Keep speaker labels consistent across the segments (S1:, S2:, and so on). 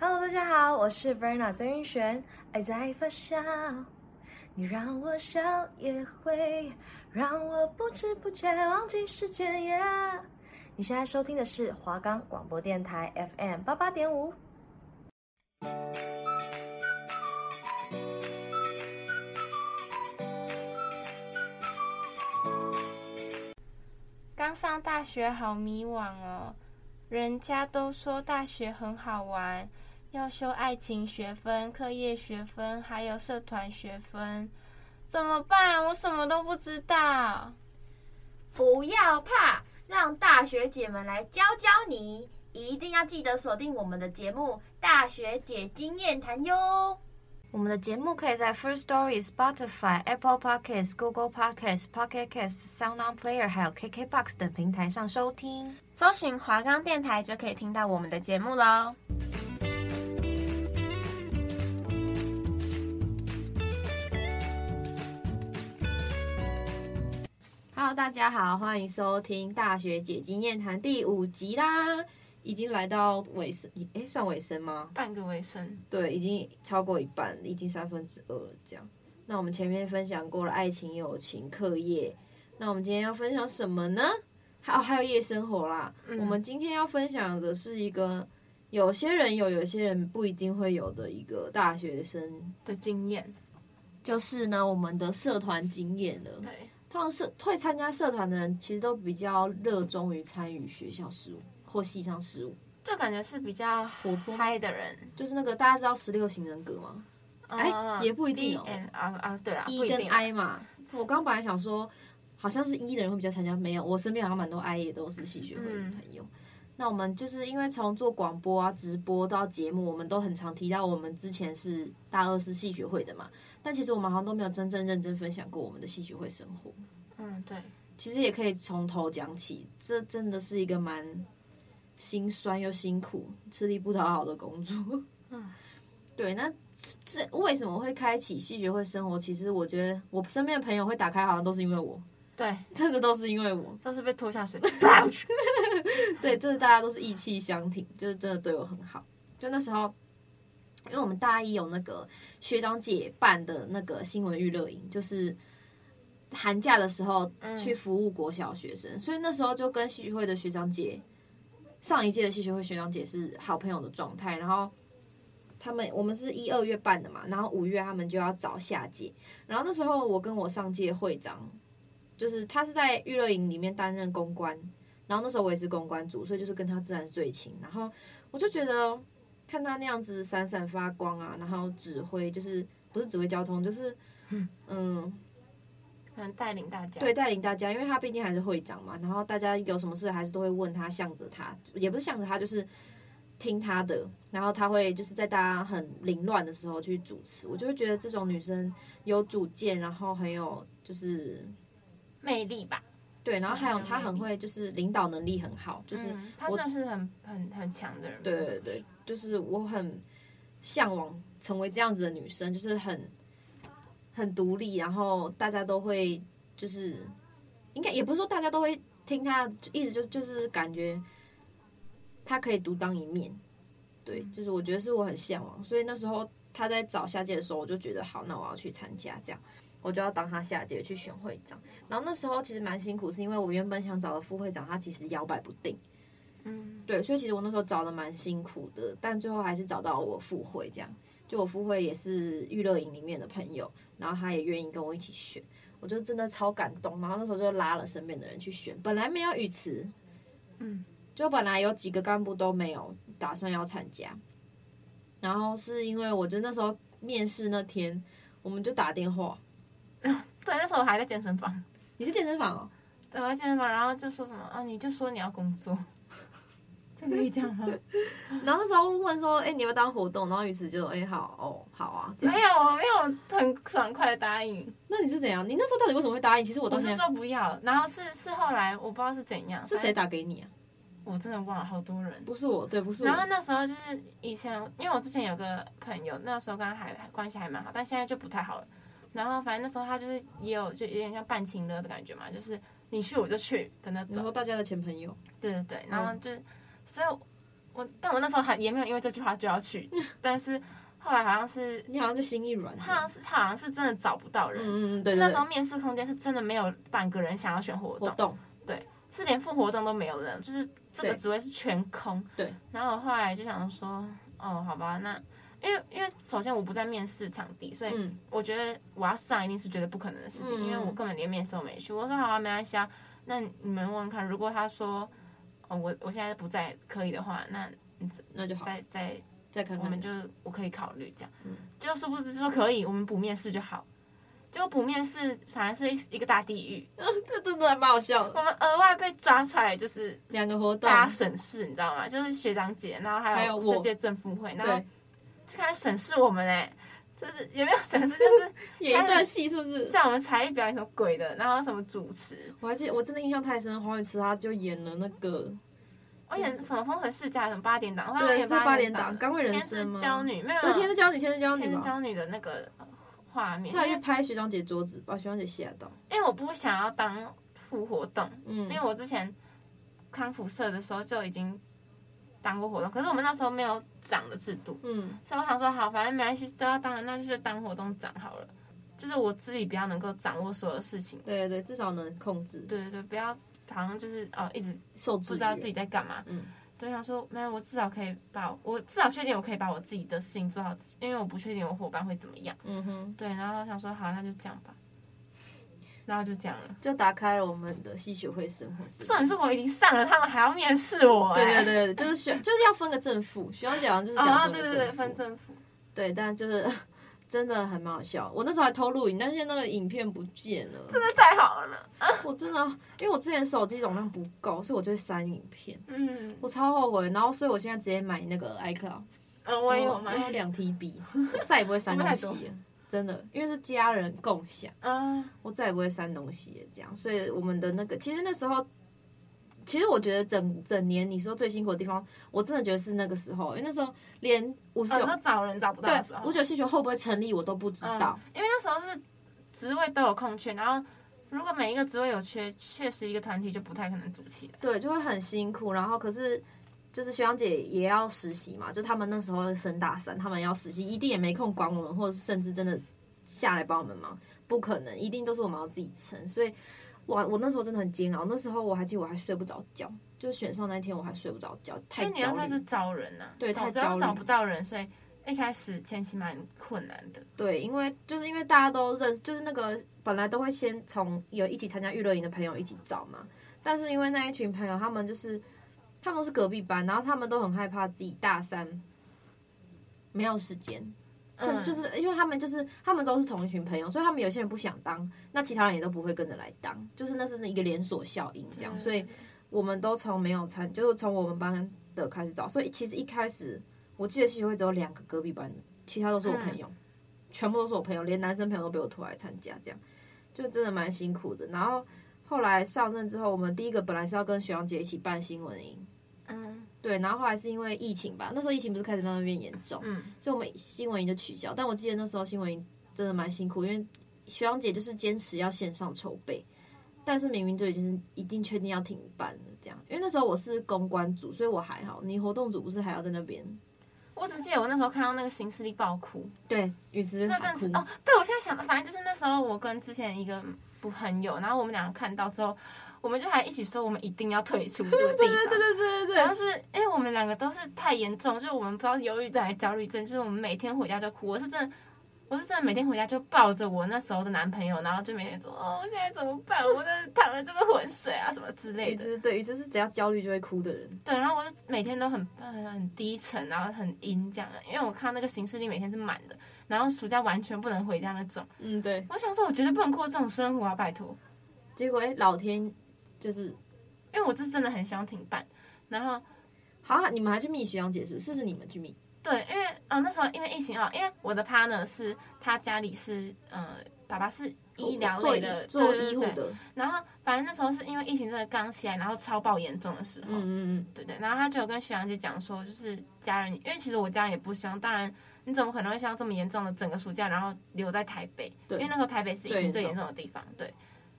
S1: Hello，大家好，我是 Verna 曾云璇，爱在发酵，你让我笑，也会让我不知不觉忘记时间耶。你现在收听的是华冈广播电台 FM 八八点五。
S2: 刚上大学好迷惘哦，人家都说大学很好玩，要修爱情学分、课业学分，还有社团学分，怎么办？我什么都不知道。
S3: 不要怕，让大学姐们来教教你。一定要记得锁定我们的节目《大学姐经验谈》哟。
S4: 我们的节目可以在 First Story、Spotify、Apple Podcasts、Google Podcasts、Pocket Casts、Sound On Player 还有 KKBox 等平台上收听。
S5: 搜寻华冈电台就可以听到我们的节目喽。
S3: Hello，大家好，欢迎收听《大学姐经验谈》第五集啦，已经来到尾声，诶，算尾声吗？
S2: 半个尾声，
S3: 对，已经超过一半，已经三分之二了。这样，那我们前面分享过了爱情、友情、课业，那我们今天要分享什么呢？还哦有还有夜生活啦。
S2: 嗯
S3: 我们今天要分享的是一个有些人有，有些人不一定会有的一个大学生，
S2: 的经验。
S3: 就是呢我们的社团经验了。
S2: 对，
S3: 通常社会参加社团的人，其实都比较热衷于参与学校事务或系上事务，
S2: 就感觉是比较
S3: 活泼
S2: 嗨的人。
S3: 就是那个大家知道十六型人格吗？哎
S2: 嗯
S3: 也不一定哦
S2: D and- 啊啊，对啦，不
S3: 一
S2: 一
S3: E 跟
S2: 定啦。
S3: I 嘛。我刚本来想说，好像是 E 一的人会比较参加，没有，我身边好像蛮多 I 也都是戏学会的
S2: 嗯
S3: 朋友。那我们就是因为从做广播啊、直播到节目，我们都很常提到我们之前是大二是戏学会的嘛，但其实我们好像都没有真正认真分享过我们的戏学会生活。
S2: 嗯，对，
S3: 其实也可以从头讲起，这真的是一个蛮心酸又辛苦、吃力不讨好的工作。
S2: 嗯，
S3: 对，那这这为什么会开启戏学会生活？其实我觉得我身边的朋友会打开，好像都是因为我，
S2: 对，
S3: 真的都是因为我。
S2: 都是被拖下水。
S3: 对，真的大家都是意气相挺，就是真的对我很好。就那时候，因为我们大一有那个学长姐办的那个新闻娱乐营，就是寒假的时候
S2: 嗯
S3: 去服务国小学生，所以那时候就跟戏剧会的学长姐，上一届的戏剧会学长姐是好朋友的状态，然后。他们我们是一二月办的嘛，然后五月他们就要找下届，然后那时候我跟我上届会长，就是他是在娱乐营里面担任公关，然后那时候我也是公关组，所以就是跟他自然是最亲。然后我就觉得看他那样子闪闪发光啊，然后指挥就是不是指挥交通，就是嗯，
S2: 可能带领大家。
S3: 对，带领大家，因为他毕竟还是会长嘛。然后大家有什么事还是都会问他，向着他，也不是向着他，就是听他的。然后他会就是在大家很凌乱的时候去主持，我就会觉得这种女生有主见，然后很有就是
S2: 魅力吧，
S3: 对，然后还有
S2: 很有
S3: 她很
S2: 魅力
S3: 会就是领导能力很好，就是。
S2: 嗯他
S3: 我
S2: 算是很很很强的人。
S3: 对对对，就是我很向往成为这样子的女生，就是很很独立，然后大家都会就是应该也不是说大家都会听她，就意思就就是感觉她可以独当一面。对，就是我觉得是我很向往，所以那时候她在找下届的时候，我就觉得好，那我要去参加这样。我就要当她下届去选会长，然后那时候其实蛮辛苦，是因为我原本想找的副会长，他其实摇摆不定，
S2: 嗯，
S3: 对，所以其实我那时候找的蛮辛苦的，但最后还是找到我副会这样。就我副会也是娱乐营里面的朋友，然后他也愿意跟我一起选，我就真的超感动。然后那时候就拉了身边的人去选，本来没有语词，
S2: 嗯，
S3: 就本来有几个干部都没有打算要参加，然后是因为我就那时候面试那天，我们就打电话，
S2: 对，那时候我还在健身房。
S3: 你是健身房哦，
S2: 对，我在健身房，然后就说什么啊，你就说你要工 作，这可以这样吗？
S3: 然后那时候问说，哎、你要不要当活动？然后语词就，哎、好哦，好啊，这 样
S2: 没。有，我没有很爽快的答应，
S3: 那你是怎样？你那时候到底为什么会答应？其实我到
S2: 我
S3: 现在
S2: 是说不要，然后是是后来我不知道是怎样，
S3: 是谁打给你啊？
S2: 反正？我真的忘了，好多人。
S3: 不是我，对，不是我。
S2: 然后那时候就是以前，因为我之前有个朋友，那时候跟他还关系还蛮好，但现在就不太好了。然后反正那时候他就是也有就有点像半情勒的感觉嘛，就是你去我就去的那
S3: 你
S2: 种
S3: 说。大家的前朋友，
S2: 对对对，然后就是，所以我我但我那时候还也没有因为这句话就要 去，但是后来好像是
S3: 你好像就心一软了。
S2: 他好像是他好像是真的找不到人，
S3: 嗯嗯嗯，对对
S2: 那
S3: 对
S2: 时候面试空间是真的没有半个人想要选活动，
S3: 活动，
S2: 是连副活动都没有的，就是这个
S3: 对
S2: 职位是全空。
S3: 对。
S2: 然后我后来就想说，哦，好吧，那因为因为首先我不在面试场地，所以
S3: 嗯，
S2: 我觉得我要上一定是绝对不可能的事情，
S3: 嗯
S2: 因为我根本连面试都没去。我说好啊，没关系啊，那你们问问看，如果他说，哦，我我现在不在可以的话，那
S3: 那就好，
S2: 再再
S3: 再看看。
S2: 我们就我可以考虑这样
S3: 嗯。
S2: 结果殊不知说可以，我们补面试就好。结果补面试反而是一一个大地狱，
S3: 这真的还蛮好笑的
S2: 我们额外被抓出来就是
S3: 两个活动，
S2: 大家审视，你知道吗？就是学长姐，然后还
S3: 还有
S2: 有
S3: 我
S2: 这届政府会，然后
S3: 对，
S2: 就开始审视我们嘞、就是也没有审视，就是
S3: 演一段戏是不是？
S2: 叫我们才艺表演什么鬼的，然后什么主持，
S3: 我还记得，我真的印象太深，黄雨慈他就演了那个，
S2: 我演什么风水世家，什么八点档，
S3: 对，是八
S2: 八
S3: 点档
S2: 档
S3: 《岗位人
S2: 天
S3: 生》
S2: 之
S3: 吗？
S2: 娇女，没有啊
S3: 对，天之娇女，天之娇女
S2: 天之
S3: 吧。
S2: 娇女的那个画面，
S3: 他还
S2: 因
S3: 去
S2: 为
S3: 拍学长姐桌子，把学长姐吓到。
S2: 因为我不想要当副活动，
S3: 嗯，
S2: 因为我之前康复社的时候就已经当过活动，可是我们那时候没有长的制度，
S3: 嗯，
S2: 所以我想说，好，反正没关系，都要当，那就是当活动长好了。就是我自己比较能够掌握所有事情，
S3: 对对，至少能控制，
S2: 对对对，不要好像就是哦，一直
S3: 受
S2: 不
S3: 制
S2: 知道自己在干嘛。
S3: 嗯，
S2: 对，想说，没有，我至少可以把我至少确定我可以把我自己的事情做好，因为我不确定我伙伴会怎么样。
S3: 嗯哼，
S2: 对，然后想说，好，那就这样吧，然后就这样了。
S3: 就打开了我们的戏学会生活之
S2: 重点
S3: 路。
S2: 是我已经上了，他们还要面试我、
S3: 对
S2: 哎
S3: 对对对，就是学就是要分个正负，学长姐好像就是想
S2: 啊，
S3: 分
S2: 对
S3: 个
S2: 对对，
S3: 正
S2: 分
S3: 负，
S2: 政府。
S3: 对，但就是 真的很蛮好笑。我那时候还偷录影，但是那个影片不见了，真
S2: 这太好了呢。
S3: 我真的，因为我之前手机容量不够，所以我就会删影片，
S2: 嗯
S3: 我超后悔。然后所以我现在直接买那个 iCloud，
S2: 嗯，我也有买
S3: 我有两 TB，再也不会删东西
S2: 我们
S3: 了，真的，因为是家人共享，
S2: 啊，
S3: 我再也不会删东西了这样。所以我们的那个，其实那时候。其实我觉得整整年你说最辛苦的地方，我真的觉得是那个时候，因为那时候连五十
S2: 很
S3: 九
S2: 多哦找人找不到
S3: 对
S2: 的时候，
S3: 五九系学会不会成立我都不知道，
S2: 嗯，因为那时候是职位都有空缺，然后如果每一个职位有缺，确实一个团体就不太可能组起来。
S3: 对，就会很辛苦。然后可是就是学长姐也要实习嘛，就他们那时候升大三，他们要实习，一定也没空管我们，或者是甚至真的下来帮我们忙，不可能，一定都是我们要自己撑。所以，哇，我那时候真的很煎熬。那时候我还记得我还睡不着觉，就选上那一天我还睡不着觉，
S2: 因
S3: 太
S2: 为你
S3: 焦
S2: 要开始
S3: 虑。
S2: 找人呐、啊，
S3: 对
S2: 找
S3: 太
S2: 主要
S3: 焦
S2: 是
S3: 虑
S2: 找不到人，所以一开始前期蛮困难的。
S3: 对，因为就是因为大家都认识，就是那个本来都会先从有一起参加娱乐营的朋友一起找嘛，但是因为那一群朋友他们就是他们都是隔壁班，然后他们都很害怕自己大三没有时间，甚
S2: 嗯
S3: 就是因为他们就是他们都是同一群朋友，所以他们有些人不想当，那其他人也都不会跟着来当，就是那是一个连锁效应这样，所以我们都从没有参，就是从我们班的开始找，所以其实一开始我记得戏剧会只有两个隔壁班的，其他都是我朋友，全部都是我朋友，连男生朋友都被我拖来参加，这样就真的蛮辛苦的。然后后来上任之后，我们第一个本来是要跟学长姐一起办新闻营，
S2: 嗯
S3: 对，然后后来是因为疫情吧，那时候疫情不是开始慢慢变严重，
S2: 嗯，
S3: 所以我们新闻营就取消。但我记得那时候新闻营真的蛮辛苦，因为学长姐就是坚持要线上筹备，但是明明就已经是一定确定要停办了这样。因为那时候我是公关组，所以我还好。你活动组不是还要在那边？
S2: 我只记得我那时候看到那个行事历爆哭，
S3: 对，雨慈
S2: 那
S3: 还
S2: 阵
S3: 哭
S2: 子。哦，对我现在想到，反正就是那时候我跟之前一个不朋友，然后我们两个看到之后，我们就还一起说我们一定要退出这 个地方。对对对对对对然后是因为我们两个都是太严重，就是我们不知道忧郁症还是焦虑症，就是我们每天回家就哭。我是真的。我是真的每天回家就抱着我那时候的男朋友，然后就每天说哦，我现在怎么办？我在淌了这个浑水啊，什么之类
S3: 雨
S2: 的。
S3: 慈对雨慈是只要焦虑就会哭的人，
S2: 对，然后我就每天都很很很低沉，然后很阴这样，因为我看那个行事历每天是满的，然后暑假完全不能回家那种。
S3: 嗯对。
S2: 我想说，我绝对不能过这种生活啊，拜托！
S3: 结果哎、老天就是
S2: 因为我是真的很想停办。然后
S3: 好像你们还去密学长解释，是不是你们去密？
S2: 对，因为啊、呃那时候因为疫情啊，因为我的 partner 是他家里是呃，爸爸是医疗
S3: 哦做
S2: 类的
S3: 做
S2: 对对
S3: 医护
S2: 对
S3: 的，
S2: 然后反正那时候是因为疫情真的刚起来，然后超爆严重的时候，
S3: 嗯嗯嗯，
S2: 对对，然后他就有跟学长姐讲说，就是家人，因为其实我家人也不希望，当然你怎么可能会希望这么严重的整个暑假，然后留在台北？
S3: 对
S2: 因为那时候台北是疫
S3: 最
S2: 情
S3: 严
S2: 最严
S3: 重
S2: 重的地方，对。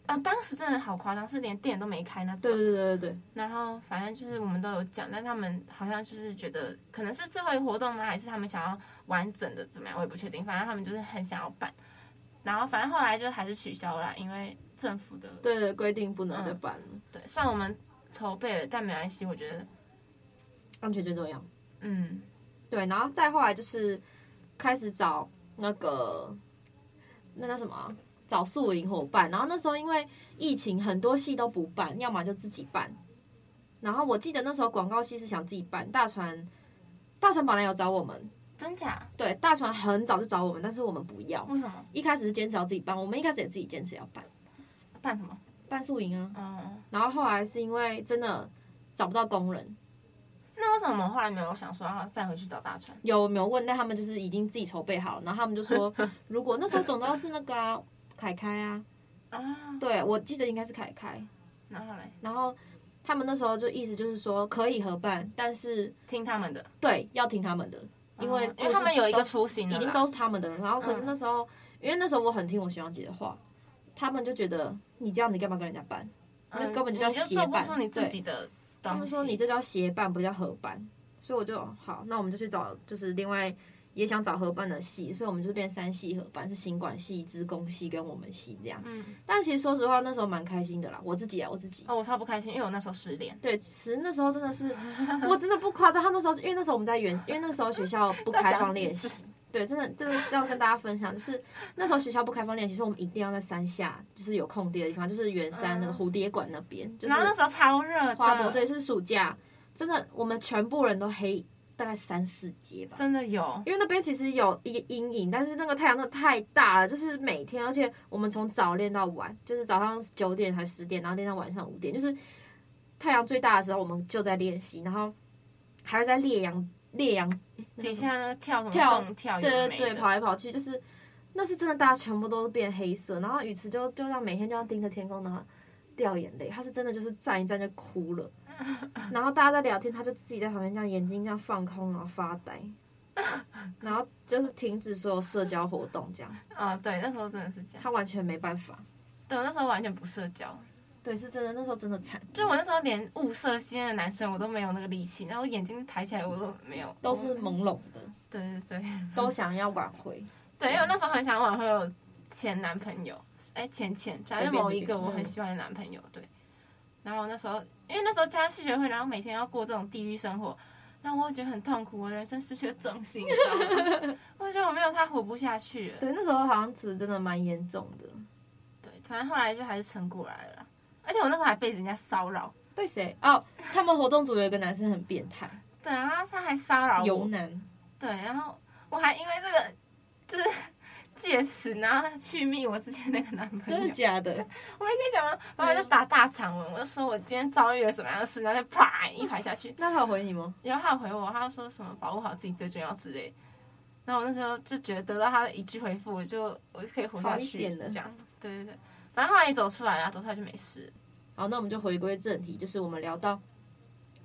S2: 啊，当时真的好夸张，是连店都没开那种。
S3: 对对对对对，
S2: 然后反正就是我们都有讲，但他们好像就是觉得可能是最后一个活动吗？还是他们想要完整的怎么样？我也不确定。反正他们就是很想要办，然后反正后来就还是取消了啦，因为政府的
S3: 对对规定不能再办了，
S2: 对，虽然我们筹备了，但没关系，我觉得
S3: 安全最重要。
S2: 嗯，
S3: 对，然后再后来就是开始找那个那叫什么啊找宿营伙伴。然后那时候因为疫情，很多戏都不办，要么就自己办。然后我记得那时候广告系是想自己办，大船大船本来有找我们，
S2: 真假？
S3: 对，大船很早就找我们，但是我们不要。
S2: 为什么
S3: 一开始是坚持要自己办，我们一开始也自己坚持要办
S2: 办什么？
S3: 办宿营啊。
S2: 嗯，
S3: 然后后来是因为真的找不到工人，
S2: 那为什么我们后来没有想说要再回去找大川？
S3: 有没有问？但他们就是已经自己筹备好了，然后他们就 说，如果那时候总招是那个啊，凯凯啊，
S2: 啊，
S3: 对我记得应该是凯凯，
S2: 然后嘞，
S3: 然后他们那时候就意思就是说可以合办，但是
S2: 听他们的，
S3: 对要听他们的，因为、
S2: 嗯因为他们有一个雏形了
S3: 已
S2: 啦，
S3: 经都是他们的人，然后可是
S2: 嗯
S3: 那时候、因为那时候我很听我学长姐的话，他们就觉得你这样你干嘛跟人家办？那
S2: 嗯
S3: 根本就
S2: 你
S3: 叫
S2: 就
S3: 协
S2: 做不
S3: 办
S2: 出你自
S3: 对
S2: 己的
S3: 他
S2: 东
S3: 们
S2: 西。
S3: 说你这叫协办，不叫合办，所以我就好，那我们就去找，就是另外也想找合办的系，所以我们就变三系合办，是行管系、资工系跟我们系这样。
S2: 嗯，
S3: 但其实说实话，那时候蛮开心的啦，我自己啊，我自己。
S2: 哦，我超不开心，因为我那时候失恋，
S3: 对，其实那时候真的 是，我真的不夸张。他那时候，因为那时候我们在原，因为那时候学校不开放练 习
S2: 再讲几，次
S3: 对，真的真的要跟大家分享，就是那时候学校不开放练习，所以我们一定要在山下，就是有空地的地方，就是圆山那个蝴蝶馆那边，就是
S2: 嗯然后那时候超热的，
S3: 花博对，是暑假，真的我们全部人都黑大概三四节吧。
S2: 真的有，
S3: 因为那边其实有一阴影，但是那个太阳真的太大了，就是每天，而且我们从早练到晚，就是早上九点还十点，然后练到晚上五点，就是太阳最大的时候我们就在练习，然后还会在烈阳烈阳
S2: 底下呢跳什么
S3: 跳
S2: 动哦跳有
S3: 对
S2: 的
S3: 对
S2: 没
S3: 对
S2: 的
S3: 跑来跑去，就是那是真的，大家全部都变黑色，然后雨慈就就让每天就要盯着天空，然后掉眼泪，他是真的就是站一站就哭 了，然后大家在聊天，他就自己在旁边这样眼睛这样放空，然后发 呆，然后就是停止所有社交活动，这样
S2: 啊、对，那时候真的是这样，
S3: 他完全没办法。
S2: 对我那时候完全不社交，
S3: 对，是真的，那时候真的惨，
S2: 就我那时候连物色心的男生我都没有那个力气，然后我眼睛抬起来我都没有，
S3: 都是
S2: 我
S3: 朦胧的，
S2: 对对对
S3: 都想要挽回。
S2: 对，因为我那时候很想挽回我前男朋友，哎前前反正
S3: 随便
S2: 某一
S3: 随
S2: 个
S3: 便
S2: 我很
S3: 嗯
S2: 喜欢的男朋友，对，然后那时候因为那时候参加戏学会，然后每天要过这种地狱生活。让我觉得很痛苦，我人生失去了重心，你知道吗？ 我觉得我没有他活不下去了。
S3: 对，那时候好像其实真的蛮严重的。
S2: 对，反正后来就还是撑过来了啦。而且我那时候还被人家骚扰，
S3: 被谁？哦，他们活动组有一个男生很变态，
S2: 对，然后他还骚扰
S3: 油
S2: 啊我，
S3: 男。
S2: 对，然后我还因为这个就是 借此然后去密我之前那个男朋
S3: 真
S2: 友
S3: 的，假的？
S2: 我还跟你讲吗？然后我就打大长文，我就说我今天遭遇了什么样的事，然后就啪一排下去，
S3: 那他有回你吗？
S2: 然后他回我，他说什么保护好自己最重要之类的。然后我那时候就觉得得到他的一句回复，我就我就可以活下
S3: 好一
S2: 去，
S3: 点了
S2: 这样，对对对。反正后来也走出来了，走出来就没事了。
S3: 好，那我们就回归正题，就是我们聊到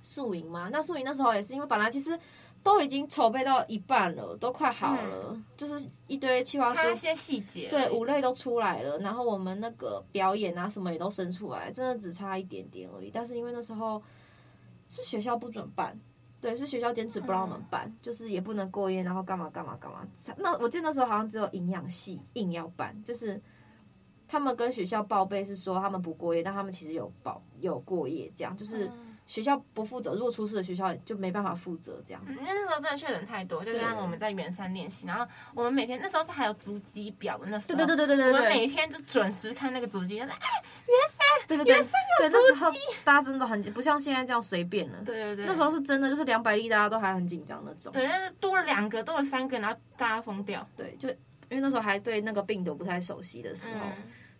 S3: 宿营嘛。那宿营那时候也是因为本来其实都已经筹备到一半了，都快好了，就是一堆计划书
S2: 差，一些细节而已，
S3: 对，五类都出来了，然后我们那个表演啊什么也都生出来，真的只差一点点而已。但是因为那时候是学校不准办。对，是学校坚持不让我们办，就是也不能过夜，然后干嘛干嘛干嘛。那我记得那时候好像只有营养系硬要办，就是他们跟学校报备是说他们不过夜，但他们其实有报有过夜，这样
S2: 嗯
S3: 就是学校不负责，如果出事了学校就没办法负责这样子。
S2: 因为那时候真的确诊太多，就加上我们在圆山练习，然后我们每天那时候是还有足迹表的，那时候
S3: 对对对对
S2: 我们
S3: 对
S2: 每天就准时看那个足迹，就是哎
S3: 对对对，对那时候大家真的很不像现在这样随便了。
S2: 对对对，
S3: 那时候是真的，就是两百例，大家都还很紧张那种。
S2: 对，但是多了两个，多了三个，然后大家疯掉。
S3: 对，就因为那时候还对那个病毒不太熟悉的时候，
S2: 嗯，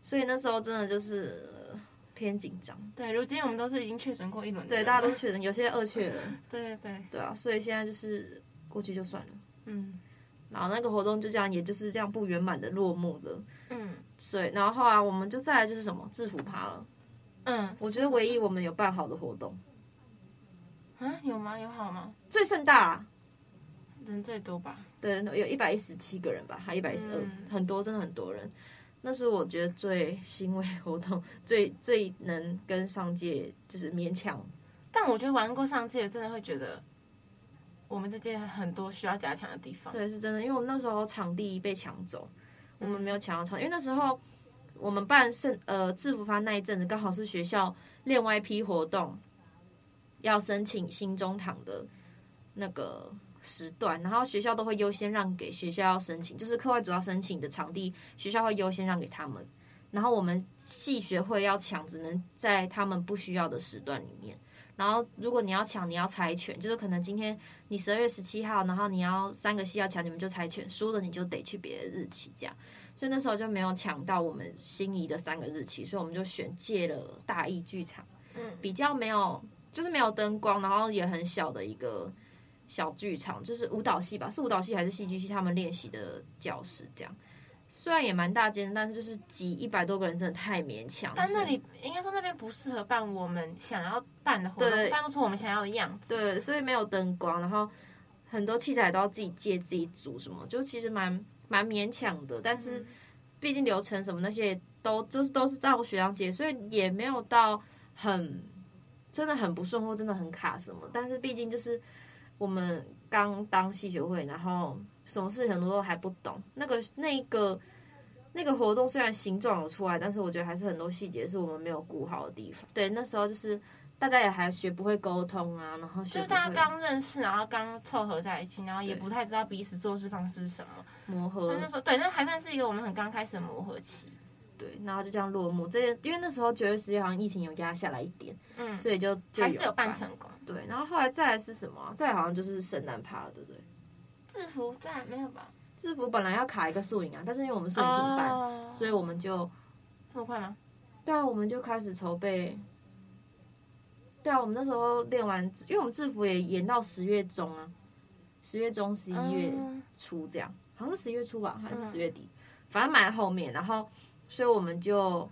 S3: 所以那时候真的就是、呃偏紧张。
S2: 对，如今我们都是已经确诊过一轮的
S3: 对，
S2: 人了，
S3: 大家都确诊，有些二确诊，
S2: 对对对，
S3: 对啊，所以现在就是过去就算了。
S2: 嗯
S3: 然后那个活动就这样，也就是这样不圆满的落幕了。
S2: 嗯
S3: 所以，然后后来我们就再来就是什么制服趴了。
S2: 嗯，
S3: 我觉得唯一我们有办好的活动，
S2: 啊有吗？有好吗？
S3: 最盛大啊啦，
S2: 人最多吧？
S3: 对，有一百一十七个人吧，还一百一十二
S2: 嗯，
S3: 很多，真的很多人。那是我觉得最欣慰的活动，最最能跟上届就是勉强
S2: 但我觉得玩过上届，真的会觉得我们这届很多需要加强的地方。
S3: 对，是真的，因为我们那时候场地被抢走，我们没有抢到场，因为那时候我们办圣呃制服发那一阵子，刚好是学校另外一批活动要申请新中堂的那个时段，然后学校都会优先让给学校要申请，就是课外主要申请的场地，学校会优先让给他们，然后我们系学会要抢，只能在他们不需要的时段里面。然后，如果你要抢，你要猜拳，就是可能今天你十二月十七号，然后你要三个系要抢，你们就猜拳，输了你就得去别的日期这样。所以那时候就没有抢到我们心仪的三个日期，所以我们就选借了大义剧场，
S2: 嗯
S3: 比较没有就是没有灯光，然后也很小的一个小剧场，就是舞蹈系吧，是舞蹈系还是戏剧系他们练习的教室这样。虽然也蛮大间，但是就是挤一百多个人真的太勉强。
S2: 但
S3: 就是
S2: 那里应该说那边不适合办我们想要办的活
S3: 对
S2: 动，办不出我们想要的样子。
S3: 对，所以没有灯光，然后很多器材都要自己借、自己煮什么，就其实蛮蛮勉强的。但
S2: 嗯
S3: 是毕竟流程什么那些都就是都是照学长姐，所以也没有到很真的很不顺或真的很卡什么。但是毕竟就是我们刚当系学会，然后什么事情很多都还不懂。那个那个那个活动虽然形状有出来，但是我觉得还是很多细节是我们没有顾好的地方。对，那时候就是大家也还学不会沟通啊，然后学
S2: 就
S3: 不
S2: 是大家
S3: 会
S2: 刚认识，然后刚凑合在一起，然后也
S3: 对呃
S2: 不太知道彼此做事方式是什么，
S3: 磨合
S2: 所以那时候对，那还算是一个我们很刚开始的磨合期。
S3: 对，然后就这样落幕。这件因为那时候九月十月好像疫情有压下来一点，
S2: 嗯，
S3: 所以就就
S2: 还是有办
S3: 办
S2: 成功。
S3: 对，然后后来再来是什么啊、再来好像就是圣诞趴了，对不对？
S2: 制服对啊没有吧？
S3: 制服本来要卡一个宿营啊，但是因为我们宿营怎么办，
S2: 哦
S3: 所以我们就
S2: 这么快吗？
S3: 对啊，我们就开始筹备。对啊，我们那时候练完，因为我们制服也延到十月中啊，十月中、十一月
S2: 嗯
S3: 初这样，好像是十月初吧，还是
S2: 嗯
S3: 十月底，反正蛮后面。然后，所以我们就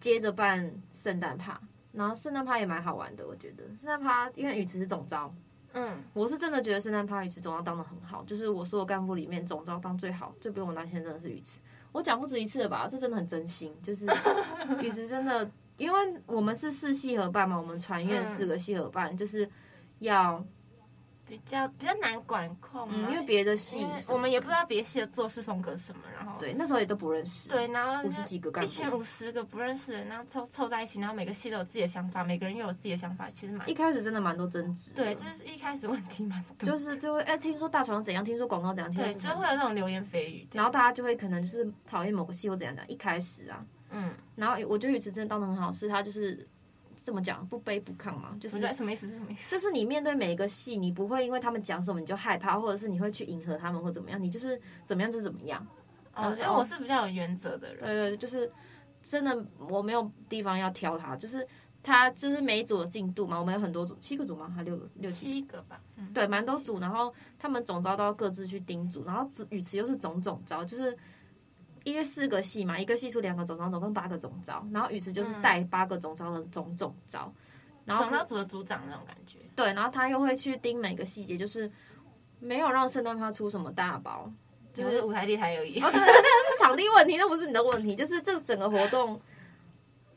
S3: 接着办圣诞趴，然后圣诞趴也蛮好玩的，我觉得圣诞趴因为宇慈是总招，
S2: 嗯，
S3: 我是真的觉得圣诞趴宇慈总招当的很好，就是我所有干部里面总招当最好，最不用我担心的真的是宇慈。我讲不止一次了吧，这真的很真心，就是 宇慈真的，因为我们是四系合办嘛，我们传院
S2: 嗯
S3: 四个系合办，就是要
S2: 比较比较难管控
S3: 嗯，
S2: 嘛，
S3: 因为别的系
S2: 因为
S3: 什么
S2: 我们也不知道别系的做事风格是什么，然后
S3: 对那时候也都不认识，
S2: 对，然后
S3: 五十几个干
S2: 一
S3: 部，
S2: 群五十个不认识的人，然后凑凑在一起，然后每个系都有自己的想法，每个人又有自己的想法，其实蛮
S3: 一开始真的蛮多争执的，
S2: 对，就是一开始问题蛮多，
S3: 就是就会哎、听说大床怎样，听说广告怎样，听说
S2: 对，
S3: 什
S2: 就
S3: 么
S2: 会有那种流言蜚语这样，
S3: 然后大家就会可能就是讨厌某个系或怎样讲，一开始啊，
S2: 嗯，
S3: 然后我觉得宇慈真的当的很好，是他就是这么讲，不卑不亢嘛，就
S2: 不
S3: 是
S2: 知道什么意思，是什么意思？
S3: 就是你面对每一个戏，你不会因为他们讲什么你就害怕，或者是你会去迎合他们或怎么样，你就是怎么样就怎么样，
S2: 哦，因为我是比较有原则的人，
S3: 对对，对就是真的我没有地方要挑他，就是他就是每一组的进度嘛，我们有很多组，七个组吗？还六个六七个
S2: 七个吧，嗯，
S3: 对，蛮多组，然后他们总招都要各自去盯组，然后只语词又是总总招，就是因为四个系嘛，一个系出两个总招，总共八个总招，然后语词就是带八个总招的总总招，然后
S2: 嗯总到组的组长那种感觉，
S3: 对，然后他又会去盯每个细节，就是没有让圣诞趴出什么大包，就
S2: 就是是舞台立台而已。
S3: 哦，对，那个是场地问题，那不是你的问题，就是这整个活动。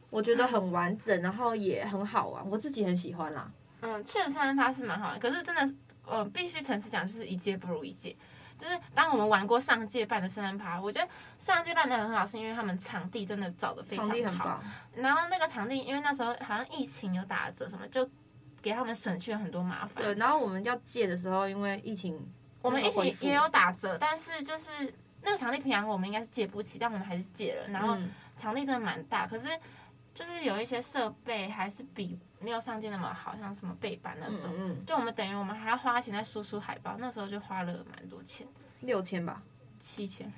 S3: 我觉得很完整，然后也很好玩，我自己很喜欢啦。
S2: 嗯，确实三人趴是蛮好玩，可是真的是，呃，必须诚实讲，就是一届不如一届。就是当我们玩过上届办的圣诞趴，我觉得上届办的很好，是因为他们场地真的找的非常
S3: 场地很
S2: 好，
S3: 棒，
S2: 然后那个场地，因为那时候好像疫情有打折什么，就给他们省去了很多麻烦。
S3: 对。，然后我们要借的时候，因为疫情
S2: 我们一
S3: 那时候恢
S2: 起
S3: 复
S2: 也有打折，但是就是那个场地平常我们应该是借不起，但我们还是借了。然后
S3: 嗯
S2: 场地真的蛮大，可是就是有一些设备还是比没有上届那么好，像什么背板那种。
S3: 嗯嗯
S2: 就我们等于我们还要花钱在输出海报，那时候就花了蛮多钱，
S3: 六千吧。
S2: 七千。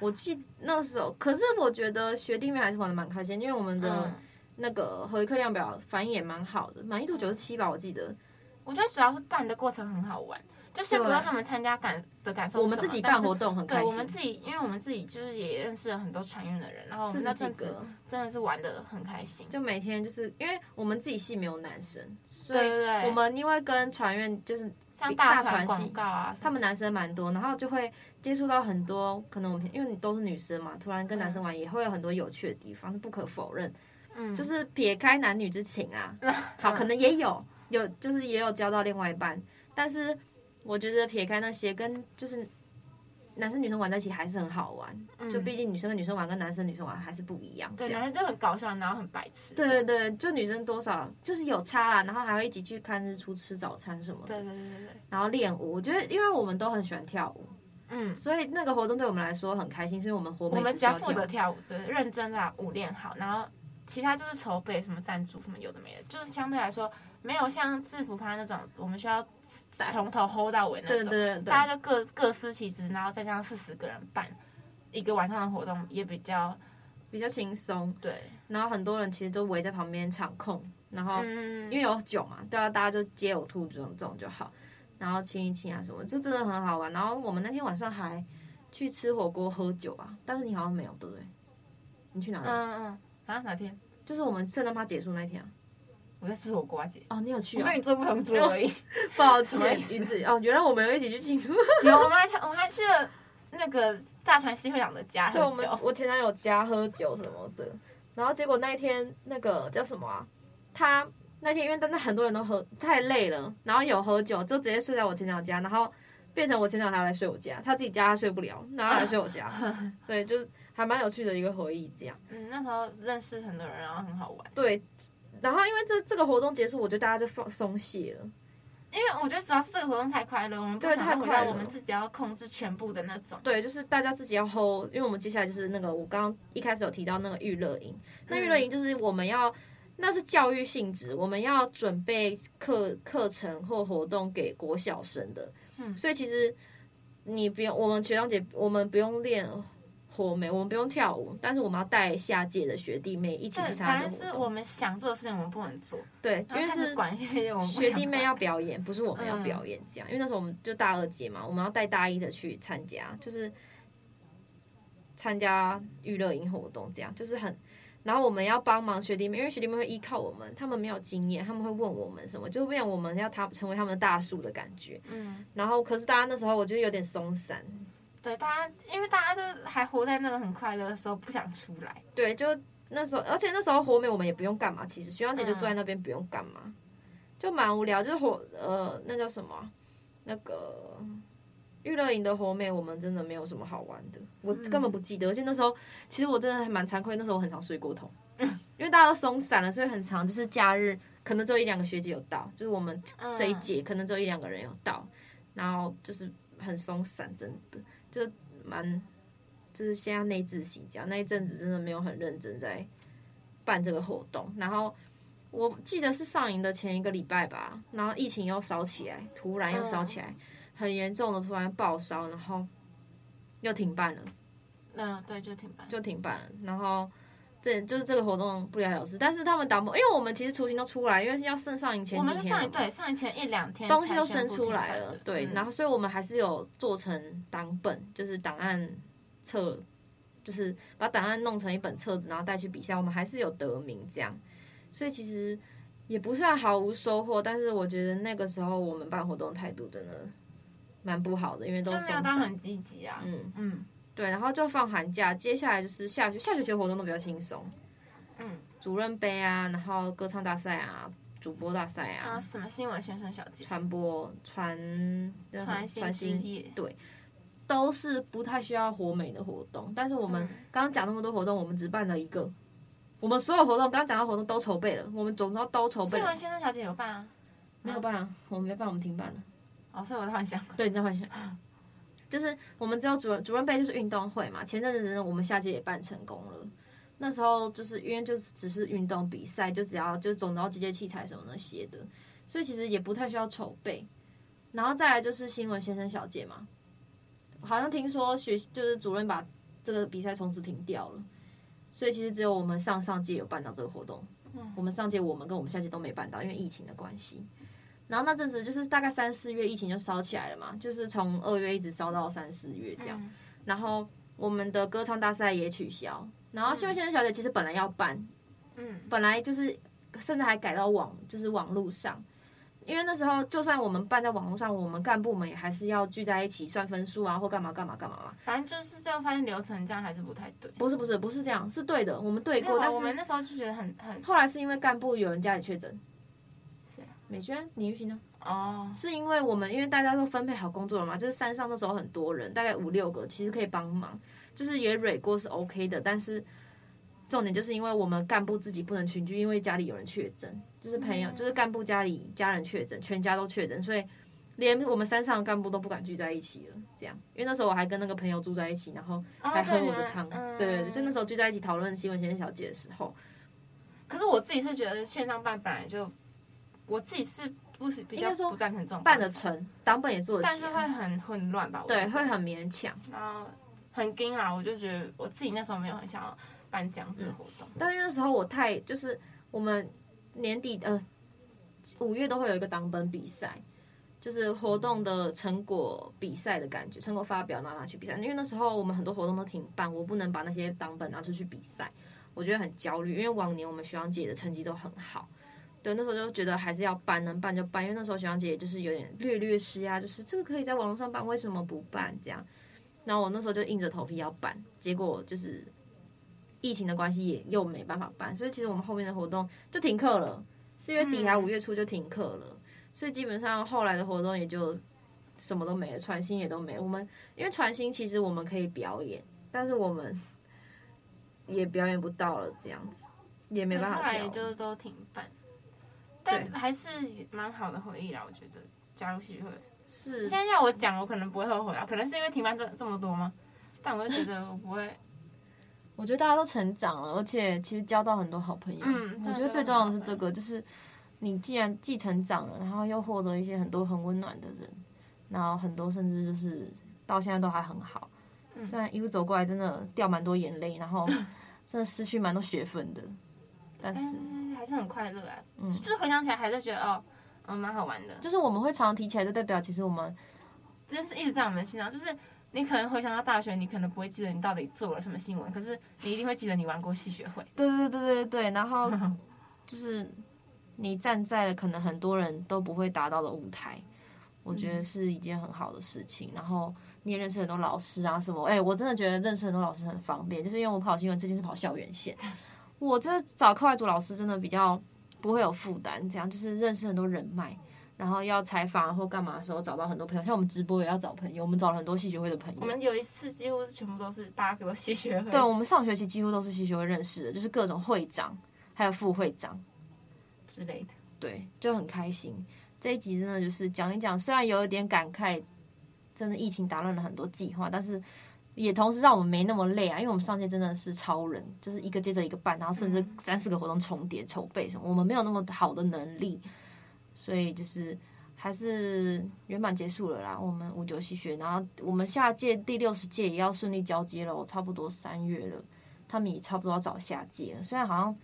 S3: 我记那时候，可是我觉得学弟妹还是玩的蛮开心，因为我们的
S2: 嗯，
S3: 那个合一课量表反应也蛮好的，满意度九十七吧，我记
S2: 嗯
S3: 得。
S2: 我觉得主要是办的过程很好玩，就先不
S3: 对
S2: 让他们参加感的感受
S3: 我
S2: 是什么，
S3: 们自己
S2: 但
S3: 办
S2: 是
S3: 活动很
S2: 对，
S3: 开
S2: 我
S3: 心，
S2: 们自己，因为我们自己就是也认识了很多船员的人，然后我
S3: 四
S2: 们
S3: 十
S2: 那
S3: 几
S2: 阵子
S3: 个，
S2: 真的是玩的很开心。
S3: 就每天就是因因为我们自己系没有男生，所
S2: 对
S3: 以
S2: 对对，
S3: 我们因为跟船院就是
S2: 像
S3: 大
S2: 大
S3: 船
S2: 船
S3: 系
S2: 广告啊什么，
S3: 他们男生蛮多，然后就会接触到很多，可能我们因为你都是女生嘛，突然跟男生玩也会有很多有趣的地方，是不可否认。
S2: 嗯，
S3: 就是是撇开男女之情啊，好，可能也有有，就是也有交到另外一半，但是我觉得撇开那些，跟就是男生女生玩在一起还是很好玩，就毕竟女生跟女生玩跟男生女生玩还是不一样，
S2: 嗯对
S3: 这样
S2: 男生就很搞笑，然后很白痴这
S3: 对对
S2: 样，
S3: 对，就女生多少就是有差啦，然后还会一起去看日出、吃早餐什么的，
S2: 对对对对对，
S3: 然后练舞。我觉得，因为我们都很喜欢跳舞，
S2: 嗯，
S3: 所以那个活动对我们来说很开心，所以我们活
S2: 我
S3: 每
S2: 们
S3: 次
S2: 只要
S3: 都
S2: 负责
S3: 跳
S2: 跳舞，对，认真的舞练好，然后其他就是筹备什么赞助什么有的没的，就是相对来说没有像制服趴那种，我们需要从头 hold 到尾那
S3: 对
S2: 种，
S3: 对对对对，
S2: 大家就各各司其职，然后再加上四十个人办一个晚上的活动，也比较
S3: 比较轻松。
S2: 对，
S3: 然后很多人其实都围在旁边场控，然后
S2: 嗯，
S3: 因为有酒嘛，对啊，大家就接呕吐这种这种就好，然后亲一亲啊什么，就真的很好玩。然后我们那天晚上还去吃火锅喝酒啊，但是你好像没有，对不对？你去哪里？
S2: 嗯嗯啊哪天
S3: 就是我们圣诞趴结束那一天啊。
S2: 我在吃火锅啊姐，
S3: 哦，你有去
S2: 我
S3: 啊
S2: 跟？你坐不同桌而已。
S3: 抱
S2: 什么
S3: 歉
S2: 意，思
S3: 于是哦，原来我们有一起去庆祝。
S2: 有，我们还去，我们还去了那个大船西会长的家
S3: 对，我
S2: 喝
S3: 们
S2: 酒。
S3: 我前男友家喝酒什么的，然后结果那一天那个叫什么啊？他那天因为真的很多人都喝太累了，然后有喝酒就直接睡在我前男友家，然后变成我前男友还要来睡我家，他自己家他睡不了，然后他来睡我家，对，就是还蛮有趣的一个回忆这样。
S2: 嗯，那时候认识很多人，然后很好玩。
S3: 对，然后因为这这个活动结束，我觉得大家就放松懈了。
S2: 因为我觉得主要是这个活动太快乐，我们不
S3: 对
S2: 想
S3: 太
S2: 要回
S3: 快
S2: 到
S3: 乐
S2: 我们自己要控制全部的那种。
S3: 对，就是大家自己要 hold，因为我们接下来就是那个我刚刚一开始有提到那个娱乐营，那娱乐
S2: 嗯
S3: 营就是我们要那是教育性质，我们要准备课课程或活动给国小生的，
S2: 嗯
S3: 所以其实你不用我们学长姐，我们不用练火美，我们不用跳舞，但是我们要带下届的学弟妹一起
S2: 对
S3: 去，参
S2: 反
S3: 加
S2: 正
S3: 这个
S2: 是
S3: 活
S2: 我
S3: 动，
S2: 们想做的事情，我们不能做，
S3: 对，因
S2: 然
S3: 为
S2: 后开始
S3: 是
S2: 管一些我们不
S3: 学
S2: 想
S3: 弟妹
S2: 管
S3: 要表演，不是我们要
S2: 嗯
S3: 表演这样，因为那时候我们就大二届嘛，我们要带大一的去参加，就是参加娱乐营活动这样，就是很，然后我们要帮忙学弟妹，因为学弟妹会依靠我们，他们没有经验，他们会问我们什么，就变成我们要他成为他们的大树的感觉。
S2: 嗯，
S3: 然后可是大家那时候我觉得有点松散，
S2: 对，大家因为大家就是还活在那个很快乐的时候，不想出来。
S3: 对，就那时候，而且那时候活美我们也不用干嘛，其实学长姐就坐在那边不用干嘛，就蛮无聊，就是活呃那叫什么啊那个娱乐营的活美，我们真的没有什么好玩的，我根本不记得，而且那时候其实我真的还蛮惭愧，那时候我很常睡过头，因为大家都松散了，所以很长就是假日可能只有一两个学姐有到，就是我们
S2: 嗯
S3: 这一届可能只有一两个人有到，然后就是很松散，真的就蛮就是现在内自习这样，那一阵子真的没有很认真在办这个活动，然后。我记得是上营的前一个礼拜吧，然后疫情又烧起来，突然又
S2: 嗯
S3: 烧起来，很严重的突然爆烧，然后又停办了。
S2: 嗯，对，就挺棒。
S3: 就停办了，然后这就是这个活动不了了之。但是他们打磨，因为我们其实雏形都出来，因为要剩上影前
S2: 我
S3: 几
S2: 们是
S3: 天了
S2: 上一
S3: 嘛
S2: 对上一前一两天
S3: 东西
S2: 才
S3: 都
S2: 宣
S3: 生
S2: 布
S3: 出
S2: 停
S3: 来
S2: 办
S3: 了
S2: 的，
S3: 对，
S2: 嗯
S3: 然后所以我们还是有做成档本，就是档案册，就是把档案弄成一本册子，然后带去比赛，我们还是有得名这样，所以其实也不算毫无收获，但是我觉得那个时候我们办活动态度真的蛮不好的，因为都
S2: 就没有
S3: 松
S2: 到
S3: 散
S2: 很，积极啊。
S3: 嗯，
S2: 嗯
S3: 对，然后就放寒假，接下来就是下学下学期的活动都比较轻松，
S2: 嗯，
S3: 主任杯啊，然后歌唱大赛啊，主播大赛
S2: 然后
S3: 啊，
S2: 什么新闻先生小姐，
S3: 传播传叫什么
S2: 传
S3: 传
S2: 新之
S3: 新
S2: 夜，
S3: 都是不太需要活美的活动。但是我们
S2: 嗯
S3: 刚刚讲那么多活动，我们只办了一个，我们所有活动刚刚讲到活动都筹备了，我们总招都筹备
S2: 新
S3: 了
S2: 闻，先生小姐有办啊？
S3: 没有办啊，我们没办，我们停办了。
S2: 哦，所以我在幻想，
S3: 对，你再换一下。
S2: 嗯
S3: 就是我们只有主任主任杯就是运动会嘛，前阵子真的我们下届也办成功了。那时候就是因为就是只是运动比赛，就只要就总到这些器材什么那些的，所以其实也不太需要筹备。然后再来就是新闻先生小姐嘛，好像听说学就是主任把这个比赛从此停掉了，所以其实只有我们上上届有办到这个活动，
S2: 嗯
S3: 我们上届我们跟我们下届都没办到，因为疫情的关系。然后那阵子就是大概三四月疫情就烧起来了嘛，就是从二月一直烧到三四月这样。
S2: 嗯
S3: 然后我们的歌唱大赛也取消，然后新闻先生小姐其实本来要办，
S2: 嗯，
S3: 本来就是甚至还改到网，就是网络上。因为那时候就算我们办在网络上，我们干部们也还是要聚在一起算分数啊，或干嘛干嘛干嘛嘛。
S2: 反正就是最后发现流程这样还是不太对。
S3: 不是不是不是这样，是对的，我们对
S2: 没有
S3: 过，
S2: 啊，
S3: 但
S2: 我们
S3: 是
S2: 那时候就觉得很很
S3: 后来是因为干部有人家里确诊，
S2: 谁啊
S3: 美娟、李玉琴呢？
S2: 哦，
S3: 是因为我们因为大家都分配好工作了嘛，就是山上那时候很多人，大概五六个，其实可以帮忙，就是也蕊过是 OK 的，但是重点就是因为我们干部自己不能群聚，因为家里有人确诊，就是朋友，就是干部家里家人确诊，全家都确诊，所以连我们山上的干部都不敢聚在一起了，这样，因为那时候我还跟那个朋友住在一起，然后还
S2: 还
S3: 喝我的汤，
S2: 嗯、
S3: 对对对，就那时候聚在一起讨论新闻先生小姐的时候，
S2: 可是我自己是觉得线上办本来就，我自己是不是比
S3: 应
S2: 较
S3: 该说
S2: 不赞成这种
S3: 办得
S2: 的，
S3: 成，党本也做得
S2: 但
S3: 起
S2: 是
S3: 来，
S2: 会很混乱吧？我觉
S3: 对，
S2: 得
S3: 会很勉强。
S2: 然后很惊啦，我就觉得我自己那时候没有很想要办这样子的活动。
S3: 但是那时候我太就是我们年底呃五月都会有一个党本比赛，就是活动的成果比赛的感觉，成果发表然后拿去比赛。因为那时候我们很多活动都停办，我不能把那些党本拿出去比赛，我觉得很焦虑。因为往年我们学长姐的成绩都很好。对，那时候就觉得还是要办，能办就办，因为那时候学长姐也就是有点略略施压，就是这个可以在网络上办，为什么不办这样？然后我那时候就硬着头皮要办，结果就是疫情的关系也又没办法办，所以其实我们后面的活动就停课了，四月底还
S2: 嗯
S3: 五月初就停课了，所以基本上后来的活动也就什么都没了，传新也都没了。我们因为传新其实我们可以表演，但是我们也表演不到了，这样子也没
S2: 对
S3: 办
S2: 后
S3: 法
S2: 来
S3: 跳
S2: 也
S3: 舞。
S2: 就都停办，但
S3: 对
S2: 还是蛮好的回忆啦，我觉得加入戏会。
S3: 是
S2: 现在要我讲，我可能不会后悔啊，可能是因为停办这这么多吗？但我就觉得我不会，
S3: 我觉得大家都成长了，而且其实交到很多好朋友。
S2: 嗯
S3: 我觉得最重要的是这个，就是你既然既成长了，然后又获得一些很多很温暖的人，然后很多甚至就是到现在都还很好。
S2: 嗯
S3: 虽然一路走过来真的掉蛮多眼泪，然 后真的失去蛮多学分的，但
S2: 但
S3: 是
S2: 是还是很快乐啊。
S3: 嗯
S2: 就是回想起来，还是觉得哦，嗯，蛮好玩的。
S3: 就是我们会常常提起来，就代表其实我们
S2: 这件事一直在我们心上，就是你可能回想到大学，你可能不会记得你到底做了什么新闻，可是你一定会记得你玩过戏学会。
S3: 对对对对对，然后就是你站在了可能很多人都不会达到的舞台，我觉得是一件很好的事情。然后你也认识很多老师啊什么，哎、我真的觉得认识很多老师很方便，就是因为我跑新闻最近是跑校园 线，我这找课外组老师真的比较不会有负担，这样就是认识很多人脉。然后要采访或干嘛的时候，找到很多朋友，像我们直播也要找朋友，我们找了很多戏学会的朋友。
S2: 我们有一次几乎是全部都是八个都戏学会，
S3: 对，我们上学期几乎都是系学会认识的，就是各种会长还有副会长，
S2: 之类的。
S3: 对，就很开心。这一集真的就是讲一讲，虽然有一点感慨，真的疫情打乱了很多计划，但是也同时让我们没那么累啊，因为我们上届真的是超人，就是一个接着一个办，然后甚至
S2: 嗯
S3: 三四个活动重叠筹备什么，我们没有那么好的能力，所以就是还是圆满结束了啦。我们五九戏学，然后我们下届第六十届也要顺利交接了，差不多三月了，他们也差不多要找下届了，虽然好像。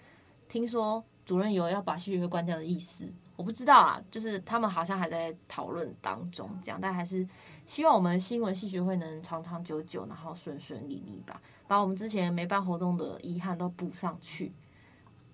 S3: 听说主任有要把戏剧会关掉的意思，我不知道啊，就是他们好像还在讨论当中，这样，但还是希望我们新闻戏剧会能长长久久，然后顺顺利利吧，把我们之前没办活动的遗憾都补上去。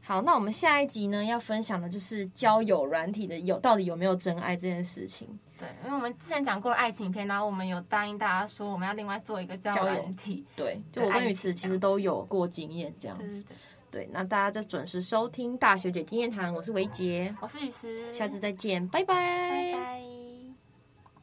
S3: 好，那我们下一集呢要分享的就是交友软体的有到底有没有真爱这件事情。
S2: 对，因为我们之前讲过爱情片，然后我们有答应大家说我们要另外做一个交
S3: 交友
S2: 友体。
S3: 对，就我跟
S2: 爱
S3: 雨
S2: 情
S3: 慈其
S2: 这样
S3: 实
S2: 子
S3: 都有过经验这样
S2: 对对
S3: 子。
S2: 对，
S3: 对，那大家就准时收听大学姐经验谈，我是维杰，
S2: 我是雨思，
S3: 下次再见，拜拜
S2: 拜拜。